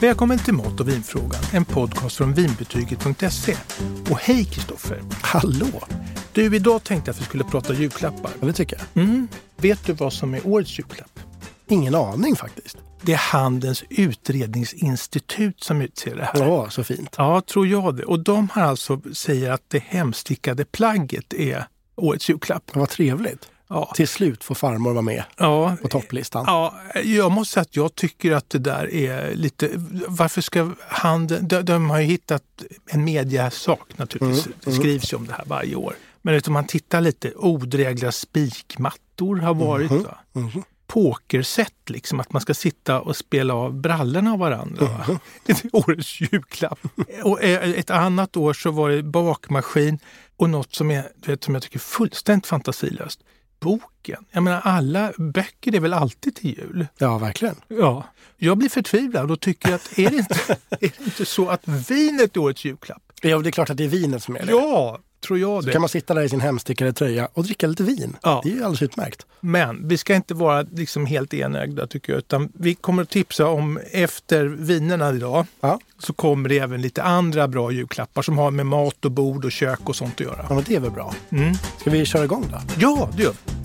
Välkommen till Mat och vinfrågan, en podcast från vinbetyget.se. Och hej Kristoffer! Hallå! Du, idag tänkte jag att vi skulle prata julklappar. Ja, det tycker jag. Mm. Vet du vad som är årets julklapp? Ingen aning faktiskt. Det är Handelns utredningsinstitut som utser det här. Ja, så fint. Ja, tror jag det. Och de har alltså säger att det hemstickade plagget är årets julklapp. Ja, vad trevligt. Ja. Till slut får farmor vara med Ja, på topplistan. Ja, jag måste säga att jag tycker att det där är lite... Varför ska handeln... De, de har ju hittat en mediasak naturligtvis. Det skrivs ju om det här varje år. Men vet du, om man tittar lite, odrägliga spikmattor har varit. Va? Mhm. Pokersätt, liksom, att man ska sitta och spela av brallorna av varandra. Va? Det är årets julklapp. och eh, ett annat år så var det bakmaskin och något som, är, du vet, som jag tycker är fullständigt fantasilöst. Boken. Jag menar, alla böcker är väl alltid till jul? Ja, verkligen. Ja, jag blir förtvivlad och tycker att är det inte, är det inte så att vinet är årets julklapp? Ja, det är klart att det är vinet som är det. Ja, tror jag Kan det. man sitta där i sin hemstickade tröja och dricka lite vin? Ja. Det är ju alldeles utmärkt. Men vi ska inte vara liksom helt enögda tycker jag, utan vi kommer att tipsa om efter vinerna idag Ja, så kommer det även lite andra bra julklappar som har med mat och bord och kök och sånt att göra. ja men det är väl bra. Mm. Ska vi köra igång då? Ja, det gör vi.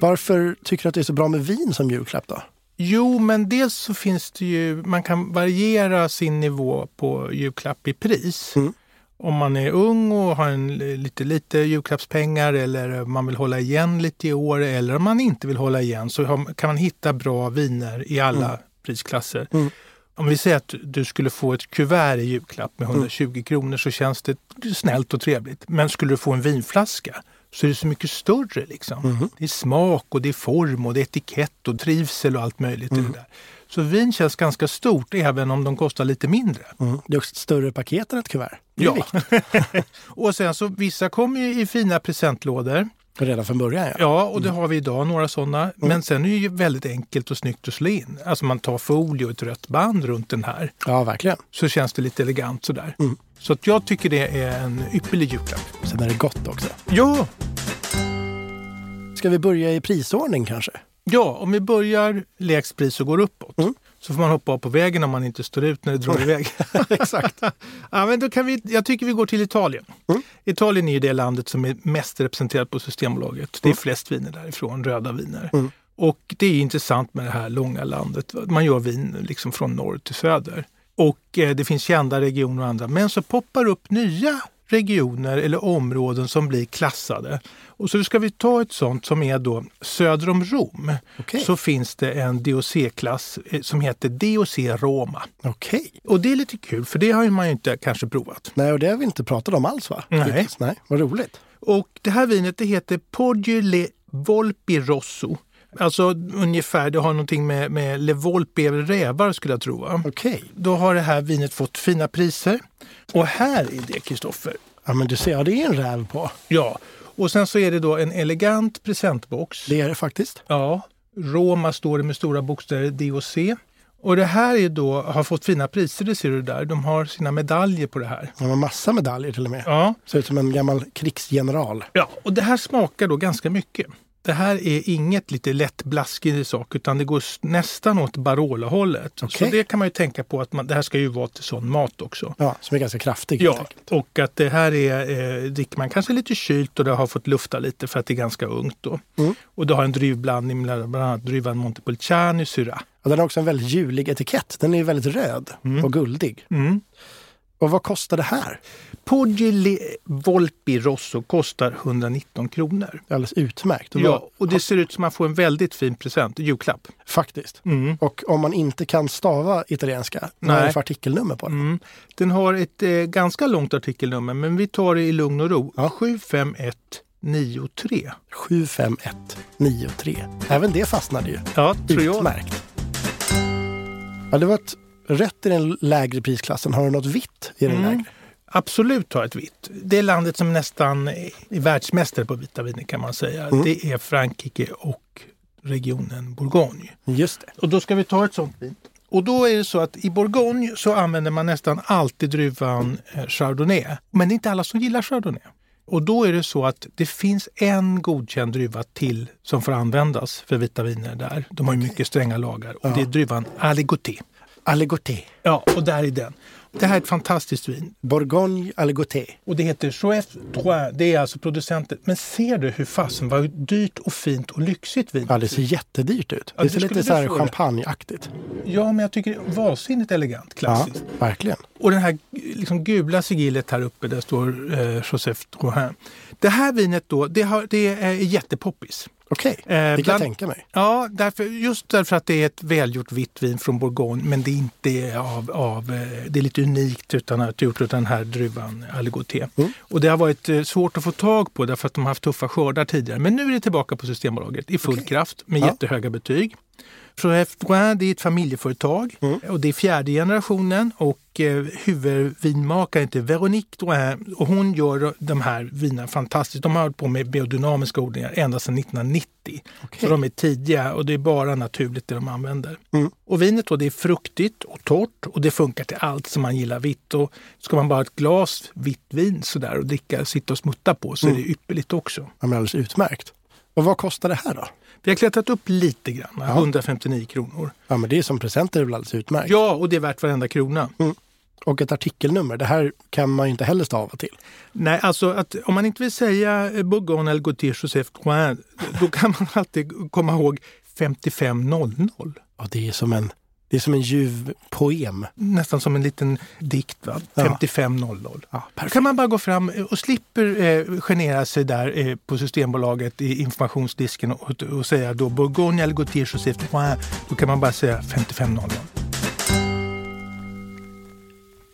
Varför tycker du att det är så bra med vin som julklapp då? Jo, men dels så finns det ju, man kan variera sin nivå på julklapp i pris. Mm. Om man är ung och har en, li- lite lite julklappspengar eller man vill hålla igen lite i år eller om man inte vill hålla igen så har, kan man hitta bra viner i alla prisklasser. Mm. Om vi säger att du skulle få ett kuvert i julklapp med 120 kronor så känns det snällt och trevligt. Men skulle du få en vinflaska så är det så mycket större. Liksom. Det är smak och det är form och det är etikett och trivsel och allt möjligt. i Det där. Så vin känns ganska stort även om de kostar lite mindre. Det är också ett större paket än ett kuvert. Det är viktigt. och sen så vissa kommer ju i fina presentlådor. Redan från början ja. Ja, och det har vi idag, några sådana. Men sen är det ju väldigt enkelt och snyggt att slå in. Alltså man tar folie och ett rött band runt den här. Ja, verkligen. Så känns det lite elegant sådär. Mm. Så att jag tycker det är en ypperlig julklapp. Sen är det gott också. Ja, Ska vi börja i prisordning kanske? ja om vi börjar lägst pris och går uppåt. Mm. Så får man hoppa av på vägen om man inte står ut när det drar iväg. Exakt. Ja, men då kan vi, jag tycker vi går till Italien. Mm. Italien är ju det landet som är mest representerat på Systembolaget. Det är flest viner därifrån, röda viner. Mm. Och det är intressant med det här långa landet. Man gör vin liksom från norr till söder. Och eh, det finns kända regioner och andra. Men så poppar upp nya regioner eller områden som blir klassade. Och så ska vi ta ett sånt som är då söder om Rom. Okej. Så finns det en DOC-klass eh, som heter DOC Roma. Okej. Och det är lite kul för det har ju man ju inte kanske provat. Nej, och det har vi inte pratat om alls va? Nej. Hittills, Nej. Vad roligt. Och det här vinet det heter Poggio Le Volpi Rosso. Alltså ungefär, det har någonting med, med Le Volpi är väl rävar skulle jag tro. Va? Okej. Då har det här vinet fått fina priser. Och här är det Kristoffer. Ja, men du ser, ja, det är en räv på. Ja, och sen så är det då en elegant presentbox. Det är det faktiskt. Ja, Roma står det med stora bokstäver DOC. Och det här är då, har fått fina priser, det ser du där. De har sina medaljer på det här. Det var massa medaljer till och med. Ja, Ser ut som en gammal krigsgeneral. Ja, och det här smakar då ganska mycket. Det här är inget lite lätt blaskig sak utan det går s- nästan åt Barolo-hållet. Så Okej. det kan man ju tänka på att man, det här ska ju vara till sån mat också. Ja, som är ganska kraftig. helt Ja, enkelt. och att det här är, eh, dricker man kanske lite kylt och det har fått lufta lite för att det är ganska ungt då. Mm. Och det har en druvblandning med bland annat druvan Montepulciano Syrah. Och den har också en väldigt julig etikett. Den är ju väldigt röd och guldig. Mm. Och vad kostar det här? Poggi Le Volpi Rosso kostar 119 kronor. Det är alldeles utmärkt. Och Ja, vad- och det ser ut som att man får en väldigt fin present, julklapp. Faktiskt. Mm. Och om man inte kan stava italienska, vad är Nej. det för artikelnummer på den? Mm. Den har ett eh, ganska långt artikelnummer, men vi tar det i lugn och ro. Ja. 75193. 75193. Även det fastnade ju. Ja, tror jag. Utmärkt. Ja, det var ett rätt i den lägre prisklassen. Har du något vitt i den Mm. lägre? Absolut har ett vitt. Det är landet som nästan är världsmästare på vita viner kan man säga. Mm. Det är Frankrike och regionen Bourgogne. Just det. Och då ska vi ta ett sånt vin. Och då är det så att i Bourgogne så använder man nästan alltid druvan eh, Chardonnay. Men det är inte alla som gillar Chardonnay. Och då är det så att det finns en godkänd druva till som får användas för vita viner där. De har ju mycket stränga lagar och det är druvan Aligoté. Allegoté. Ja, och där är den. Det här är ett fantastiskt vin. Bourgogne Allegoté. Och det heter Choef Trois. Det är alltså producenten. Men ser du hur fasen vad dyrt och fint och lyxigt vin Ja, det ser jättedyrt ut. Ja, det det ser lite skulle så här du få det. champagneaktigt. Ja, men jag tycker det är vansinnigt elegant. Ja, Klassiskt. verkligen. Och det här liksom, gula sigillet här uppe, där står eh, Joseph Drouin. Det här vinet då, det, har, det är jättepoppis. Eh, Okej, det kan jag bland- tänka mig. Ja, därför, just därför att det är ett välgjort vitt vin från Bourgogne men det är inte av, av eh, det är lite unikt utan att det är gjort av den här druvan Aligoté. Mm. Och det har varit eh, svårt att få tag på därför att de har haft tuffa skördar tidigare. Men nu är det tillbaka på Systembolaget i full kraft med Ja. jättehöga betyg. Joef Drouin, det är ett familjeföretag Mm. och det är fjärde generationen och eh, huvudvinmakaren heter Veronique Drouin och hon gör de här vinerna fantastiskt. De har hållit på med biodynamiska odlingar ända sedan 1990. Okej. Så de är tidiga och det är bara naturligt det de använder. Mm. Och vinet då, det är fruktigt och torrt och det funkar till allt som man gillar vitt. Och ska man bara ha ett glas vitt vin sådär och dricka, sitta och smutta på så är det ypperligt också. Ja, men alldeles utmärkt. Och vad kostar det här då? Vi har klättrat upp lite grann, 159 kronor. Ja, men det är som presenter väl alldeles utmärkt. Ja, och det är värt varenda krona. Och ett artikelnummer, det här kan man ju inte heller stava till. Nej, alltså att, om man inte vill säga eh, Bourgogne eller Gautier Joseph Drouin, då kan man alltid komma ihåg 5500. Ja, det är som en, det är som en ljuv poem. Nästan som en liten dikt, va? Ja. 5500. Ja, Då perfekt. kan man bara gå fram och slipper eh, genera sig där eh, på Systembolaget i informationsdisken och, och säga då Bourgogne eller Gautier Joseph Drouin. Då kan man bara säga 5500.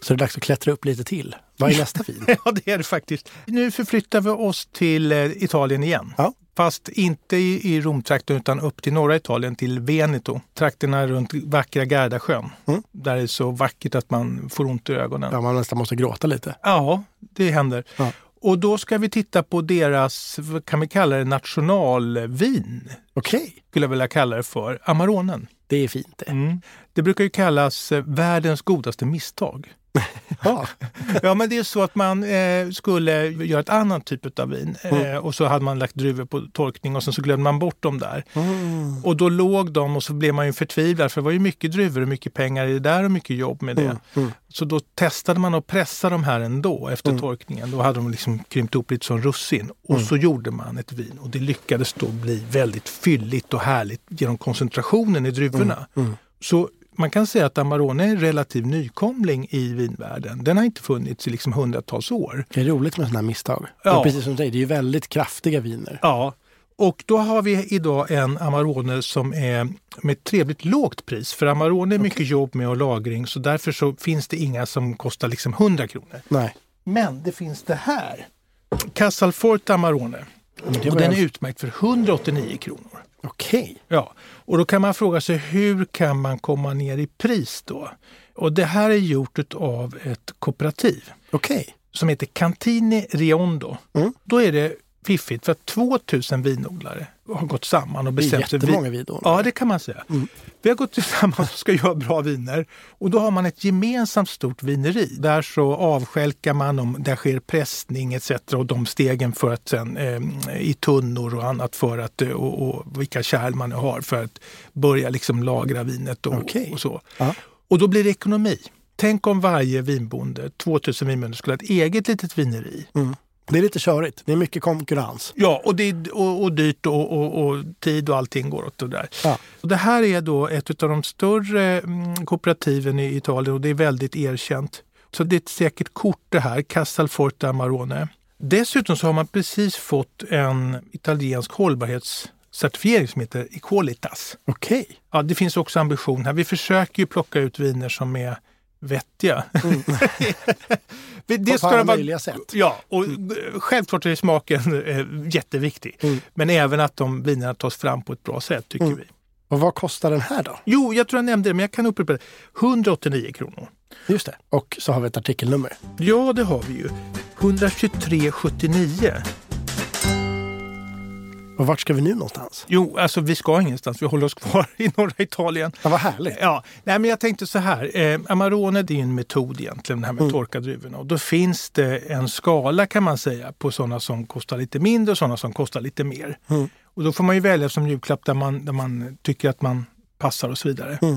Så det är dags att klättra upp lite till. Vad är nästa vin? Ja, det är det faktiskt. Nu förflyttar vi oss till eh, Italien igen. Ja. Fast inte i, i Romtrakten utan upp till norra Italien, till Veneto. Trakterna runt vackra Gardasjön. Mm. Där det är så vackert att man får ont i ögonen. Ja, man nästan måste gråta lite. Ja, det händer. Ja. Och då ska vi titta på deras, vad kan vi kalla det, nationalvin. Okej, Skulle jag vilja kalla det för, Amaronen. det är fint det. Mm. Det brukar ju kallas eh, världens godaste misstag. Ja, Ja, men det är så att man eh, skulle göra ett annan typ av vin eh, och så hade man lagt druvor på torkning och sen så glömde man bort dem där. Mm, Och då låg de och så blev man ju förtvivlad för det var ju mycket druvor och mycket pengar i det där och mycket jobb med det. Mm. Så då testade man att pressa de här ändå efter torkningen. Då hade de liksom krympt ihop lite som russin. Och så gjorde man ett vin och det lyckades då bli väldigt fylligt och härligt genom koncentrationen i druvorna. Så man kan säga att Amarone är en relativ nykomling i vinvärlden. Den har inte funnits i liksom hundratals år. det är roligt med sådana här misstag. Ja. Och precis som du säger, det är ju väldigt kraftiga viner. Ja. Och då har vi idag en Amarone som är med ett trevligt lågt pris. För Amarone är mycket jobb med och lagring så därför så finns det inga som kostar liksom 100 kronor. Nej, Men det finns det här. Casalforte Amarone. det och var den en- är utmärkt för 189 kronor. okej. Ja, och då kan man fråga sig hur kan man komma ner i pris då? Och det här är gjort av ett kooperativ Okej. som heter Cantini Riondo. Mm. Då är det fiffigt för att 2000 vinodlare har gått samman och Det är bestämt sig. jättemånga vidor. Ja, det kan man säga. Vi har gått tillsammans och ska göra bra viner. Och då har man ett gemensamt stort vineri. Där så avskälkar man, om där sker pressning etc. och de stegen för att sen, eh, i tunnor och annat för att, eh, och, och vilka kärl man har för att börja liksom lagra vinet och, Okej. och så. Ja. Och då blir det ekonomi. Tänk om varje vinbonde, 2000 vinbönder, skulle ha ett eget litet vineri. Mm. Det är lite körigt. Det är mycket konkurrens. Ja, och, det, är- och, och dyrt och, och, och tid och allting går åt det där. Ja. Och det här är då ett av de större mm, kooperativen i Italien och det är väldigt erkänt. Så det är ett säkert kort det här, Castelforte Amarone. Dessutom så har man precis fått en italiensk hållbarhetscertifiering som heter Equalitas. Okej. Ja, det finns också ambition här. Vi försöker ju plocka ut viner som är vettiga. det Mm. På ska alla de vara möjliga sätt. Ja, och eh, självklart är smaken eh, jätteviktig. Mm. Men även att de vinerna tas fram på ett bra sätt tycker vi. Och vad kostar den här då? Jo, jag tror jag nämnde det, men jag kan upprepa det. 189 kronor. Just det. Och så har vi ett artikelnummer. Ja, det har vi ju. 123,79. Och vart ska vi nu någonstans? Jo, alltså vi ska ingenstans. Vi håller oss kvar i norra Italien. Ja, vad härligt. Ja, nej, men jag tänkte så här. Eh, Amarone det är ju en metod egentligen, det här med Mm. att torka druvorna. Och då finns det en skala kan man säga på sådana som kostar lite mindre och sådana som kostar lite mer. Mm. Och då får man ju välja som julklapp där man, där man tycker att man passar och så vidare. Mm.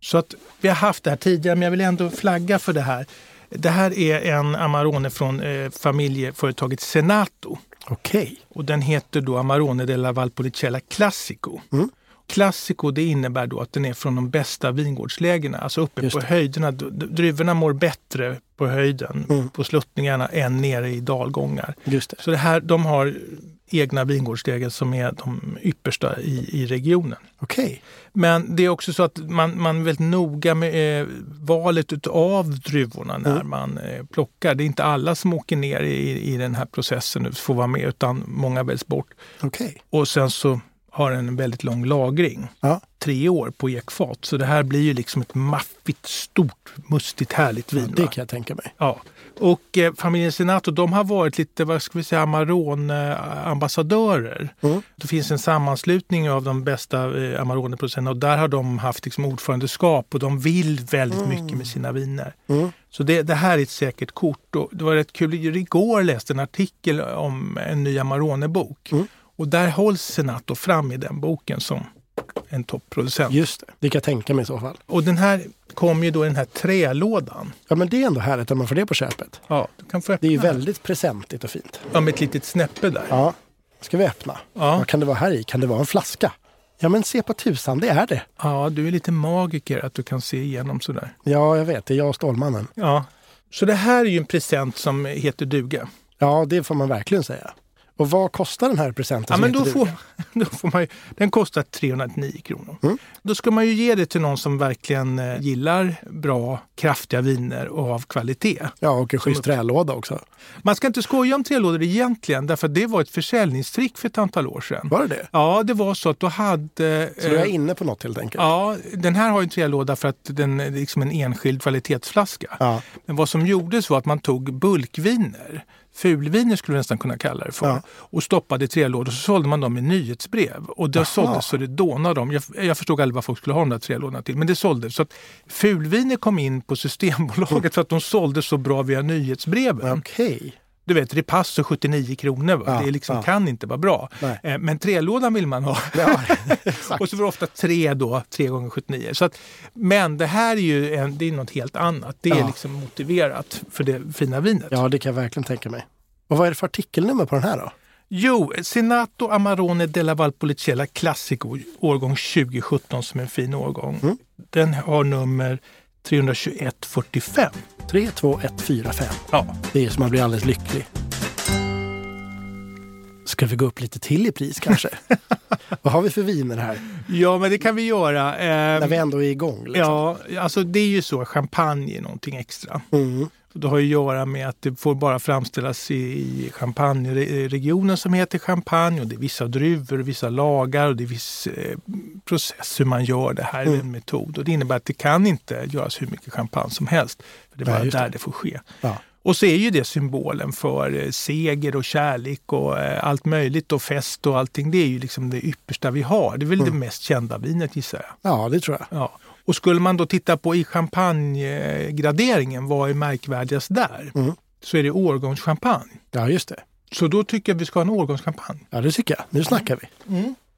Så att vi har haft det här tidigare, men jag vill ändå flagga för det här. Det här är en Amarone från eh, familjeföretaget Senato. Okej. Och den heter då Amarone della Valpolicella Classico. Mm. Classico det innebär då att den är från de bästa vingårdslägena, alltså uppe Just på det. höjderna. D- d- Druvorna mår bättre på höjden, Mm. på sluttningarna, än nere i dalgångar. Just det. Så det här, de har egna vingårdslägen som är de yppersta i, i regionen. Okej. Men det är också så att man, man är väldigt noga med eh, valet utav druvorna när Mm. man eh, plockar. Det är inte alla som åker ner i, i den här processen och får vara med utan många väljs bort. Okej. Och sen så har den en väldigt lång lagring, Ja. tre år på ekfat. Så det här blir ju liksom ett maffigt, stort, mustigt, härligt Ja, vin. det va? kan jag tänka mig. Ja. Och eh, familjen Senato, de har varit lite, vad ska vi säga, Amarone-ambassadörer. Mm. Det finns en sammanslutning av de bästa eh, Amarone-producenterna och där har de haft liksom, ordförandeskap och de vill väldigt mycket med sina viner. Mm. Så det, det här är ett säkert kort. Och det var rätt kul, igår läste en artikel om en ny Amarone-bok. Mm. Och där hålls Senato fram i den boken som en topproducent. Just det. Det kan jag tänka mig i så fall. Och den här kom ju då i den här trälådan. Ja, men det är ändå härligt att man får det på köpet. Ja, du kan få Det öppna är ju den. väldigt presentigt och fint. Ja, med ett litet snäppe där. Ja. Ska vi öppna? Ja. Vad kan det vara här i? Kan det vara en flaska? Ja, men se på tusan, det är det. ja, du är lite magiker att du kan se igenom sådär. Ja, jag vet. Det är jag och Stålmannen. Ja. Så det här är ju en present som heter duga. Ja, det får man verkligen säga. Och vad kostar den här presenten? Ja, som men då heter får, duga? då får man ju, den kostar 309 kronor. Mm. Då ska man ju ge det till någon som verkligen eh, gillar bra, kraftiga viner och av kvalitet. Ja, och en schysst upp- trälåda också. Man ska inte skoja om trälådor egentligen, därför att det var ett försäljningstrick för ett antal år sedan. Var det det? Ja, det var så att då hade... Så du är eh, inne på något helt enkelt? Ja, den här har ju en trälåda för att den är liksom en enskild kvalitetsflaska. Ja. Men vad som gjordes var att man tog bulkviner, fulviner skulle vi nästan kunna kalla det för, Ja. och stoppade i trälådor. Så sålde man dem i nyhetsbrev. Och det Jaha. såldes så det dånade om. Jag, jag förstod aldrig vad folk skulle ha de där trälådorna till, men det såldes. Så att fulviner kom in på Systembolaget för att de såldes så bra via nyhetsbreven. Okej. Du vet, Ripasso 79 kronor, va? Ja, det liksom ja. kan inte vara bra. Nej. Eh, Men trälådan vill man ha. Ja, exakt. Och så var det ofta tre då, tre gånger 79. Så att, men det här är ju en, det är något helt annat. Det är Ja. liksom motiverat för det fina vinet. ja, det kan jag verkligen tänka mig. Och vad är det för artikelnummer på den här då? Jo, Senato Amarone della Valpolicella Classico, årgång 2017 som är en fin årgång. Mm. Den har nummer 32145. 3, 2, 1, 4, 5. Ja. Det är som man blir alldeles lycklig. Ska vi gå upp lite till i pris kanske? Vad har vi för viner här? ja, men det kan vi göra. Ehm, När vi ändå är igång. Liksom. Ja, alltså det är ju så, champagne är någonting extra. Mm. Det har ju att göra med att det får bara framställas i, i champagneregionen som heter champagne. Och det är vissa druvor och vissa lagar och det är viss eh, process hur man gör det här. Mm. en metod. Och det innebär att det kan inte göras hur mycket champagne som helst. För det är Nej, bara just där det. det. får ske. Ja. Och så är ju det symbolen för eh, seger och kärlek och eh, allt möjligt och fest och allting. Det är ju liksom det yppersta vi har. Det är väl Mm. det mest kända vinet gissar jag. ja, det tror jag. Ja. Och skulle man då titta på i champagnegraderingen, vad är märkvärdigast där? Mm. Så är det årgångschampagne. Ja, just det. Så då tycker jag vi ska ha en årgångschampagne. Ja, det tycker jag. Mm. Nu snackar vi.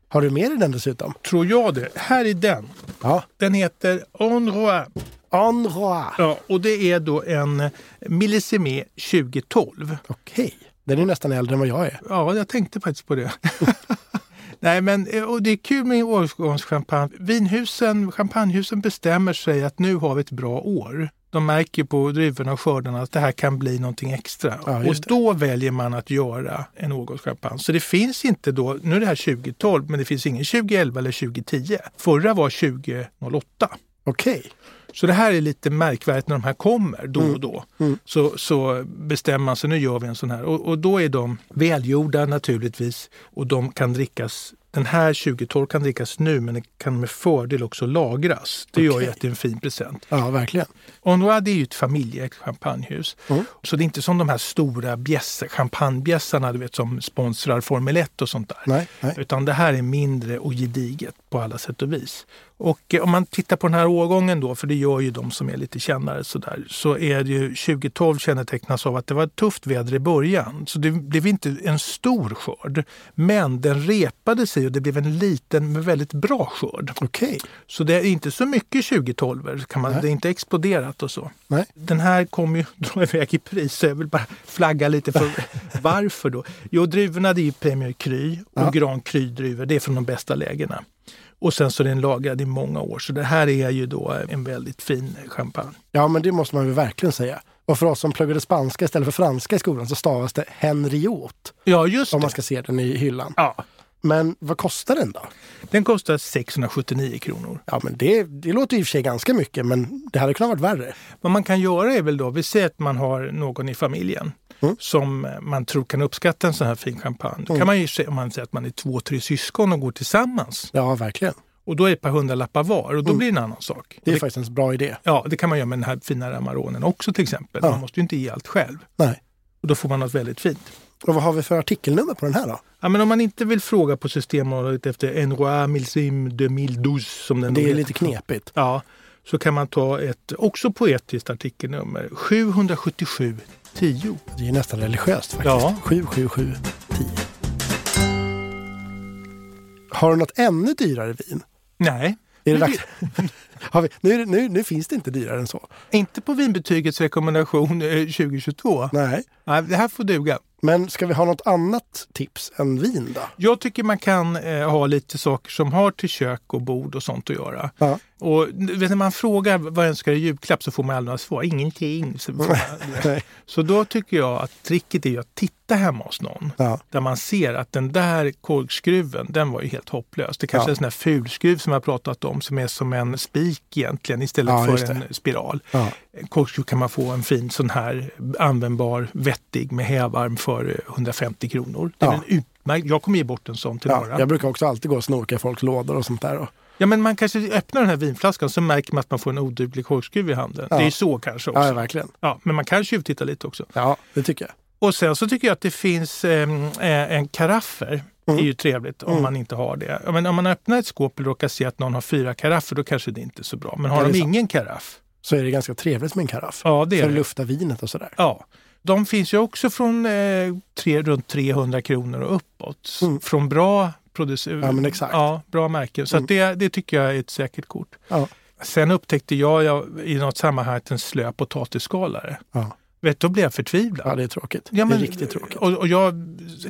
Har du med dig den dessutom? Tror jag det. Här är den. Ja. Den heter Enroa. En roi. Ja, och det är då en eh, Millisime 2012. Okej. Den är nästan äldre än vad jag är. Ja, jag tänkte faktiskt på det. Nej, men eh, och det är kul med årgångschampagne. Vinhusen, champagnehusen bestämmer sig att nu har vi ett bra år. De märker på druvorna och skördarna att det här kan bli någonting extra. Ja, och just det. då väljer man att göra en årgångschampagne. Så det finns inte då, nu är det här 2012, men det finns ingen 2011 eller 2010. Förra var 2008. Okej. Så det här är lite märkvärdigt när de här kommer då och då. Så, så bestämmer man sig, nu gör vi en sån här. Och, och då är de välgjorda naturligtvis och de kan drickas den här 2012 kan drickas nu men den kan med fördel också lagras. Det gör ju Okej. att det är en fin present. Ja, verkligen. Honrois det är ju ett familjeägt champagnehus. Mm. Så det är inte som de här stora bjäss- champagnebjässarna du vet, som sponsrar Formel 1 och sånt där. Nej, nej. Utan det här är mindre och gediget på alla sätt och vis. Och eh, om man tittar på den här årgången då, för det gör ju de som är lite kännare sådär, så är det ju 2012 kännetecknas av att det var ett tufft väder i början. Så det blev inte en stor skörd. Men den repade sig i och det blev en liten men väldigt bra skörd. Okej. Så det är inte så mycket 2012, kan man, Nej. det är inte exploderat och så. Nej. Den här kommer ju dra iväg i pris så jag vill bara flagga lite för varför då. Jo, druvorna det är ju Premier Cru och Ja. Grand Cru-druvor, det är från de bästa lägena. Och sen så är den lagrad i många år, så det här är ju då en väldigt fin champagne. Ja, men det måste man ju verkligen säga. Och för oss som pluggade spanska istället för franska i skolan så stavas det Henriot. Ja, just Om det. man ska se den i hyllan. Ja, Men vad kostar den då? den kostar 679 kronor. Ja, men det, det låter i och för sig ganska mycket, men det hade kunnat varit värre. Vad man kan göra är väl då, vi säger att man har någon i familjen Mm. som man tror kan uppskatta en sån här fin champagne. Då Mm. kan man ju, se- om man säger att man är två, tre syskon och går tillsammans Ja, verkligen. och då är det ett par hundralappar var och då Mm. blir det en annan sak. Det är Det- faktiskt en bra idé. Ja, det kan man göra med den här fina Ramaronen också till exempel. Ja. Man måste ju inte ge allt själv. Nej. Och då får man något väldigt fint. Och vad har vi för artikelnummer på den här då? Ja, men om man inte vill fråga på Systembolaget efter en roi milsim de mildouze som den då Det är heter. lite knepigt. Ja, så kan man ta ett också poetiskt artikelnummer. 777 10. Det är nästan religiöst faktiskt. Ja. 777 10. Har du något ännu dyrare vin? Nej, Är det Men dags? har vi, nu, nu, nu finns det inte dyrare än så. inte på vinbetygets rekommendation eh, 2022. Nej. Nej, det här får duga. Men ska vi ha något annat tips än vin då? Jag tycker man kan eh, ha lite saker som har till kök och bord och sånt att göra. Ja. Och n- vet, när man frågar vad jag önskar i julklapp så får man aldrig några svar. Ingenting. Så, får man, Nej. så då tycker jag att tricket är ju att titta hemma hos någon. Ja. Där man ser att den där korkskruven, den var ju helt hopplös. Det kanske Ja. är en sån här fulskruv som jag har pratat om som är som en spik egentligen istället Ja, just för en spiral. Ja. En Korkskruv kan man få en fin sån här användbar, vettig med hävarm för 150 kronor. Det är Ja. en utmärkt. Jag kommer ge bort en sån till några. Ja. Jag brukar också alltid gå och snoka i folks lådor och sånt där. Och, Ja, men man kanske öppnar den här vinflaskan så märker man att man får en oduglig korkskruv i handen. Ja. Det är ju så kanske också. ja, Ja. verkligen. men man kan tjuvtitta lite också. Ja, det tycker jag. Och sen så tycker jag att det finns ehm, eh, en karaffer. Det är ju trevligt om Mm. man inte har det. Ja, Men om man öppnar ett skåp och råkar se att någon har fyra karaffer då kanske det inte är så bra. Men Ja, har det de är sant. ingen karaff? Så är det ganska trevligt med en karaff. Ja, det För är att det. lufta vinet och sådär. Ja. De finns ju också från eh, tre, runt 300 kronor och uppåt. Mm. Från bra producer- Ja, men exakt. Mm. Ja, bra märken. Så att det, det tycker jag är ett säkert kort. Ja. Sen upptäckte jag, jag i något sammanhang att en slö potatisskalare. Ja. Vet, då blev jag förtvivlad. Ja, det är tråkigt. Ja, men- det är riktigt tråkigt. Och, och jag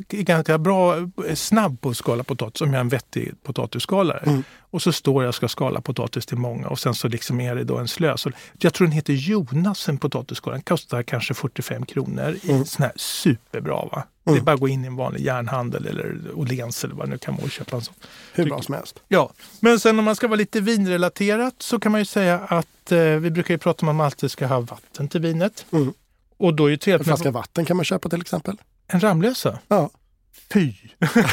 är ganska bra, snabb på att skala potatis om jag är en vettig potatisskalare. Mm. Och så står jag och ska skala potatis till många och sen så liksom är det då en slö. Så jag tror den heter Jonas, en potatisskalare. Den kostar kanske 45 kronor i Mm. sån här superbra. Va? Det är bara att gå in i en vanlig järnhandel eller Åhléns eller vad det nu kan vara och köpa en sån. Hur bra som helst. Ja, men sen om man ska vara lite vinrelaterat så kan man ju säga att eh, vi brukar ju prata om att man alltid ska ha vatten till vinet. Mm. Och då är ju En trevligt med flaska vatten kan man köpa till exempel. en Ramlösa. Ja. Fy!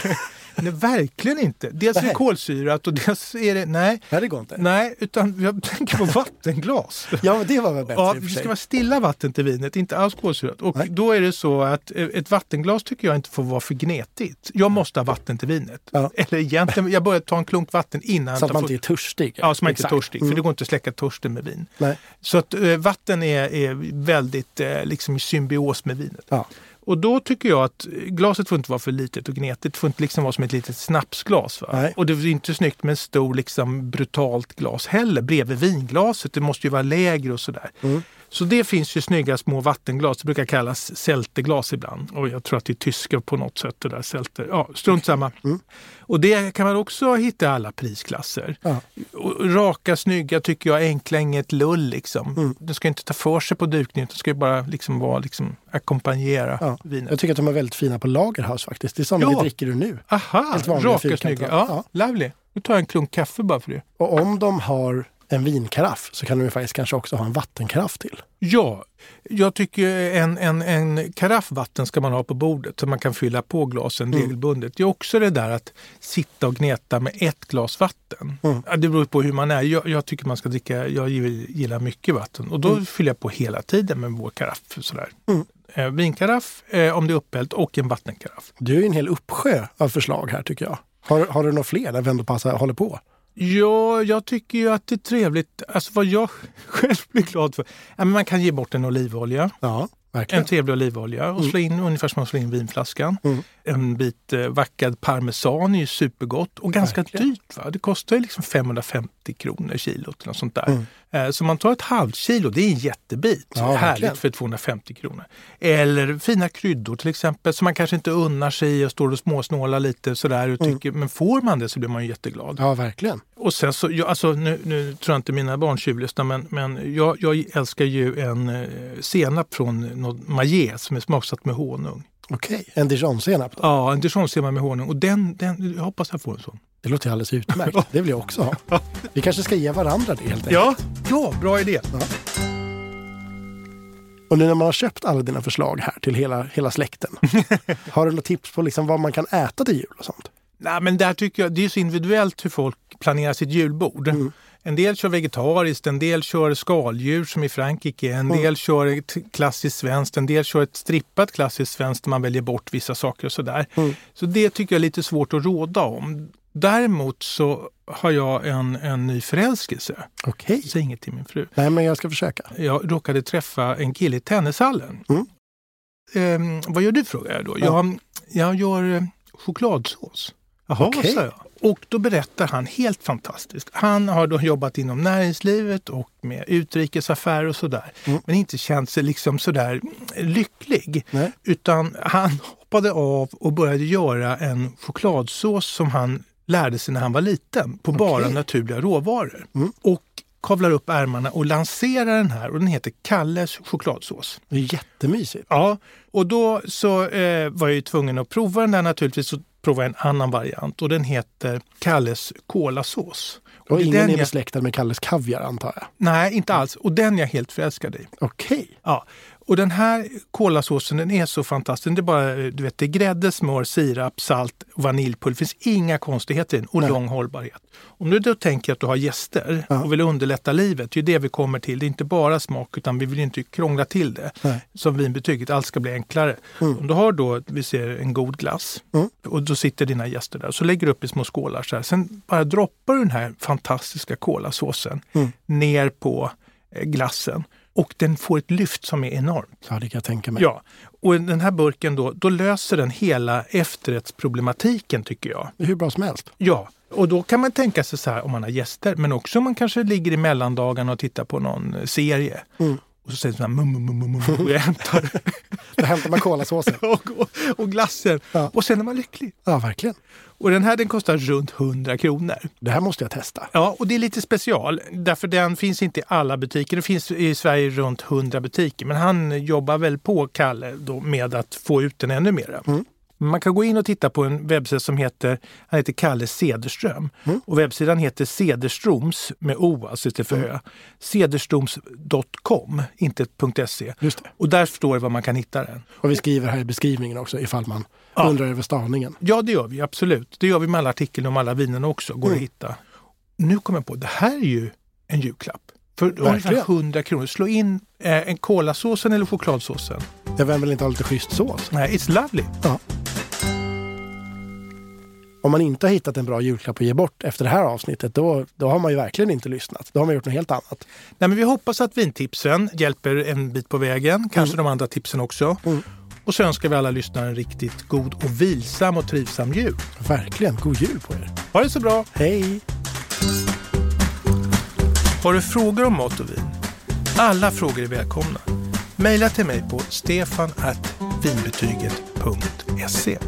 nej, verkligen inte. Dels är Nej. det kolsyrat och dels är det... Nej, Nej, det går inte. nej utan jag tänker på vattenglas. Ja, men det var väl bättre Ja, i det och för ska sig. vara stilla vatten till vinet, inte alls kolsyrat. Och Nej. då är det så att eh, ett vattenglas tycker jag inte får vara för gnetigt. Jag måste ha vatten till vinet. Ja. Eller egentligen, jag börjar ta en klunk vatten innan. Så jag att tar man full- inte är törstig. Ja, så man inte är Exakt. törstig, för Mm. det går inte att släcka törsten med vin. Nej. Så att eh, vatten är, är väldigt eh, liksom i symbios med vinet. Ja. Och då tycker jag att glaset får inte vara för litet och gnetigt. Det får inte liksom vara som ett litet snapsglas. Va? Nej. Och det är inte snyggt med en stor liksom, brutalt glas heller bredvid vinglaset. Det måste ju vara lägre och sådär. Mm. Så det finns ju snygga små vattenglas. Det brukar kallas sälteglas ibland. Och jag tror att det är tyska på något sätt det där sälte. Ja, strunt samma. Mm. Och det kan man också hitta i alla prisklasser. Ja. Och raka, snygga, tycker jag, enkla, inget lull. Liksom. Mm. Den ska inte ta för sig på dukningen, utan ska ju bara liksom vara, liksom, ackompanjera Ja. vinet. Jag tycker att de är väldigt fina på Lagerhaus faktiskt. Det är sådana Ja. vi dricker ur nu. Aha, Helt vanliga raka, fyrkantiga. snygga. Ja, Lovely. Nu tar jag en klunk kaffe bara för det. Och om de har en vinkaraff så kan de ju faktiskt kanske också ha en vattenkaraff till. Ja, jag tycker en, en, en karaff vatten ska man ha på bordet så man kan fylla på glasen Mm. regelbundet. Det är också det där att sitta och gneta med ett glas vatten. Mm. Ja, Det beror på hur man är. Jag, jag tycker man ska dricka, jag gillar mycket vatten och då fyller jag på hela tiden med vår karaff. Sådär. Mm. Eh, vinkaraff eh, om det är upphällt och en vattenkaraff. Du är ju en hel uppsjö av förslag här tycker jag. Har, har du några fler där vi ändå passar, håller på? Ja, jag tycker ju att det är trevligt. Alltså vad jag själv blir glad för. Ja, men man kan ge bort en olivolja. Ja, Verkligen. en trevlig olivolja och slå in ungefär som man slår in vinflaskan. Mm. En bit eh, vackad parmesan är ju supergott och ganska Verkligen. dyrt. Va? Det kostar ju liksom 550 kronor kilot eller något sånt där. Mm. Eh, Så man tar ett halvt kilo, det är en jättebit. Ja, verkligen. Härligt för 250 kronor. Eller fina kryddor till exempel som man kanske inte unnar sig och står och småsnålar lite sådär. Mm. Och tycker, Men får man det så blir man ju jätteglad. Ja, verkligen. Och sen så, jag, alltså, nu, nu tror jag inte mina barn tjuvlyssnar men, men jag, jag älskar ju en eh, senap från något Maillet som är smaksatt med honung. Okej, en dijonsenap då. Ja, en dijonsenap med honung och den, den, jag hoppas jag får en sån. Det låter ju alldeles utmärkt. Det vill jag också ha. Vi kanske ska ge varandra det helt enkelt. Ja, ja bra idé. Och nu när man har köpt alla dina förslag här till hela, hela släkten. har du några tips på liksom vad man kan äta till jul och sånt? Nej, men där tycker jag, det är så individuellt hur folk planerar sitt julbord. En del kör vegetariskt, en del kör skaldjur som i Frankrike, en del kör ett klassiskt svenskt, en del kör ett strippat klassiskt svenskt där man väljer bort vissa saker och sådär. Så det tycker jag är lite svårt att råda om. Däremot så har jag en, en ny förälskelse. Okej. Säg inget till min fru. Nej, men jag ska försöka. Jag råkade träffa en kille i tennishallen. Mm. Ehm, vad gör du frågar jag då. Jag, jag gör eh, chokladsås. Jaha, Okej. sa jag. Och då berättar han helt fantastiskt. Han har då jobbat inom näringslivet och med utrikesaffärer och sådär. Mm. Men inte känt sig liksom sådär lycklig. Nej. Utan han hoppade av och började göra en chokladsås som han lärde sig när han var liten på bara Okej. naturliga råvaror. Mm. Och kavlar upp ärmarna och lanserar den här och den heter Kalles chokladsås. Det är jättemysigt. Ja, och då så eh, var jag ju tvungen att prova den där naturligtvis och prova en annan variant och den heter Kalles kolasås. Och, det är ingen den är jag, besläktad med Kalles Kaviar antar jag. nej, inte alls. Och den är jag helt förälskad i. Okej. Ja. Och den här kolasåsen den är så fantastisk. Det är bara du vet, det är grädde, smör, sirap, salt, vaniljpulver. Det finns inga konstigheter i den och Nej. lång hållbarhet. Om du då tänker att du har gäster Ja. och vill underlätta livet, det är det vi kommer till. Det är inte bara smak utan vi vill inte krångla till det. Nej. Som vinbetyget, allt ska bli enklare. Om du har då, vi ser en god glass Mm. och då sitter dina gäster där. Så lägger du upp i små skålar så här. Sen bara droppar du den här fantastiska kolasåsen Mm. ner på eh, glassen och den får ett lyft som är enormt. Ja, det kan jag tänka mig. Ja, och den här burken då, då löser den hela efterrättsproblematiken tycker jag. Hur bra som helst. Ja, och då kan man tänka sig så här om man har gäster, men också om man kanske ligger i mellandagarna och tittar på någon eh, serie. Mm. Och så säger man mum, mum, mum, mum, mum, och jag hämtar Då hämtar man kolasåsen. och, och, och glassen. Ja. Och sen är man lycklig. Ja, verkligen. Och den här den kostar runt 100 kronor. Det här måste jag testa. Ja, och det är lite special. Därför den finns inte i alla butiker. Det finns i Sverige runt 100 butiker. Men han jobbar väl på, Kalle, då, med att få ut den ännu mer. Mm. Man kan gå in och titta på en webbsida som heter, han heter Kalle Cederström. Mm. Och webbsidan heter Cederstroms, med O alltså istället för Mm. Ö. Cederstroms.com, inte .se. Just det. E. Och där står det var man kan hitta den. Och vi skriver här i beskrivningen också ifall man Ja. undrar över stavningen. Ja, det gör vi absolut. Det gör vi med alla artiklar om alla vinerna också. Går att hitta. Nu kommer jag på, det här är ju en julklapp. För ungefär 100 kronor. Slå in eh, en kolasåsen eller chokladsåsen. Ja, vem vill inte ha lite schysst sås? Nej, it's lovely. Ja. Om man inte har hittat en bra julklapp att ge bort efter det här avsnittet, då, då har man ju verkligen inte lyssnat. Då har man gjort något helt annat. Nej, men vi hoppas att vintipsen hjälper en bit på vägen. Kanske de andra tipsen också. Mm. Och så önskar vi alla lyssnare en riktigt god och vilsam och trivsam jul. Verkligen. God jul på er. Ha det så bra! Hej! Har du frågor om mat och vin? Alla frågor är välkomna. Maila till mig på stefanvinbetyget.se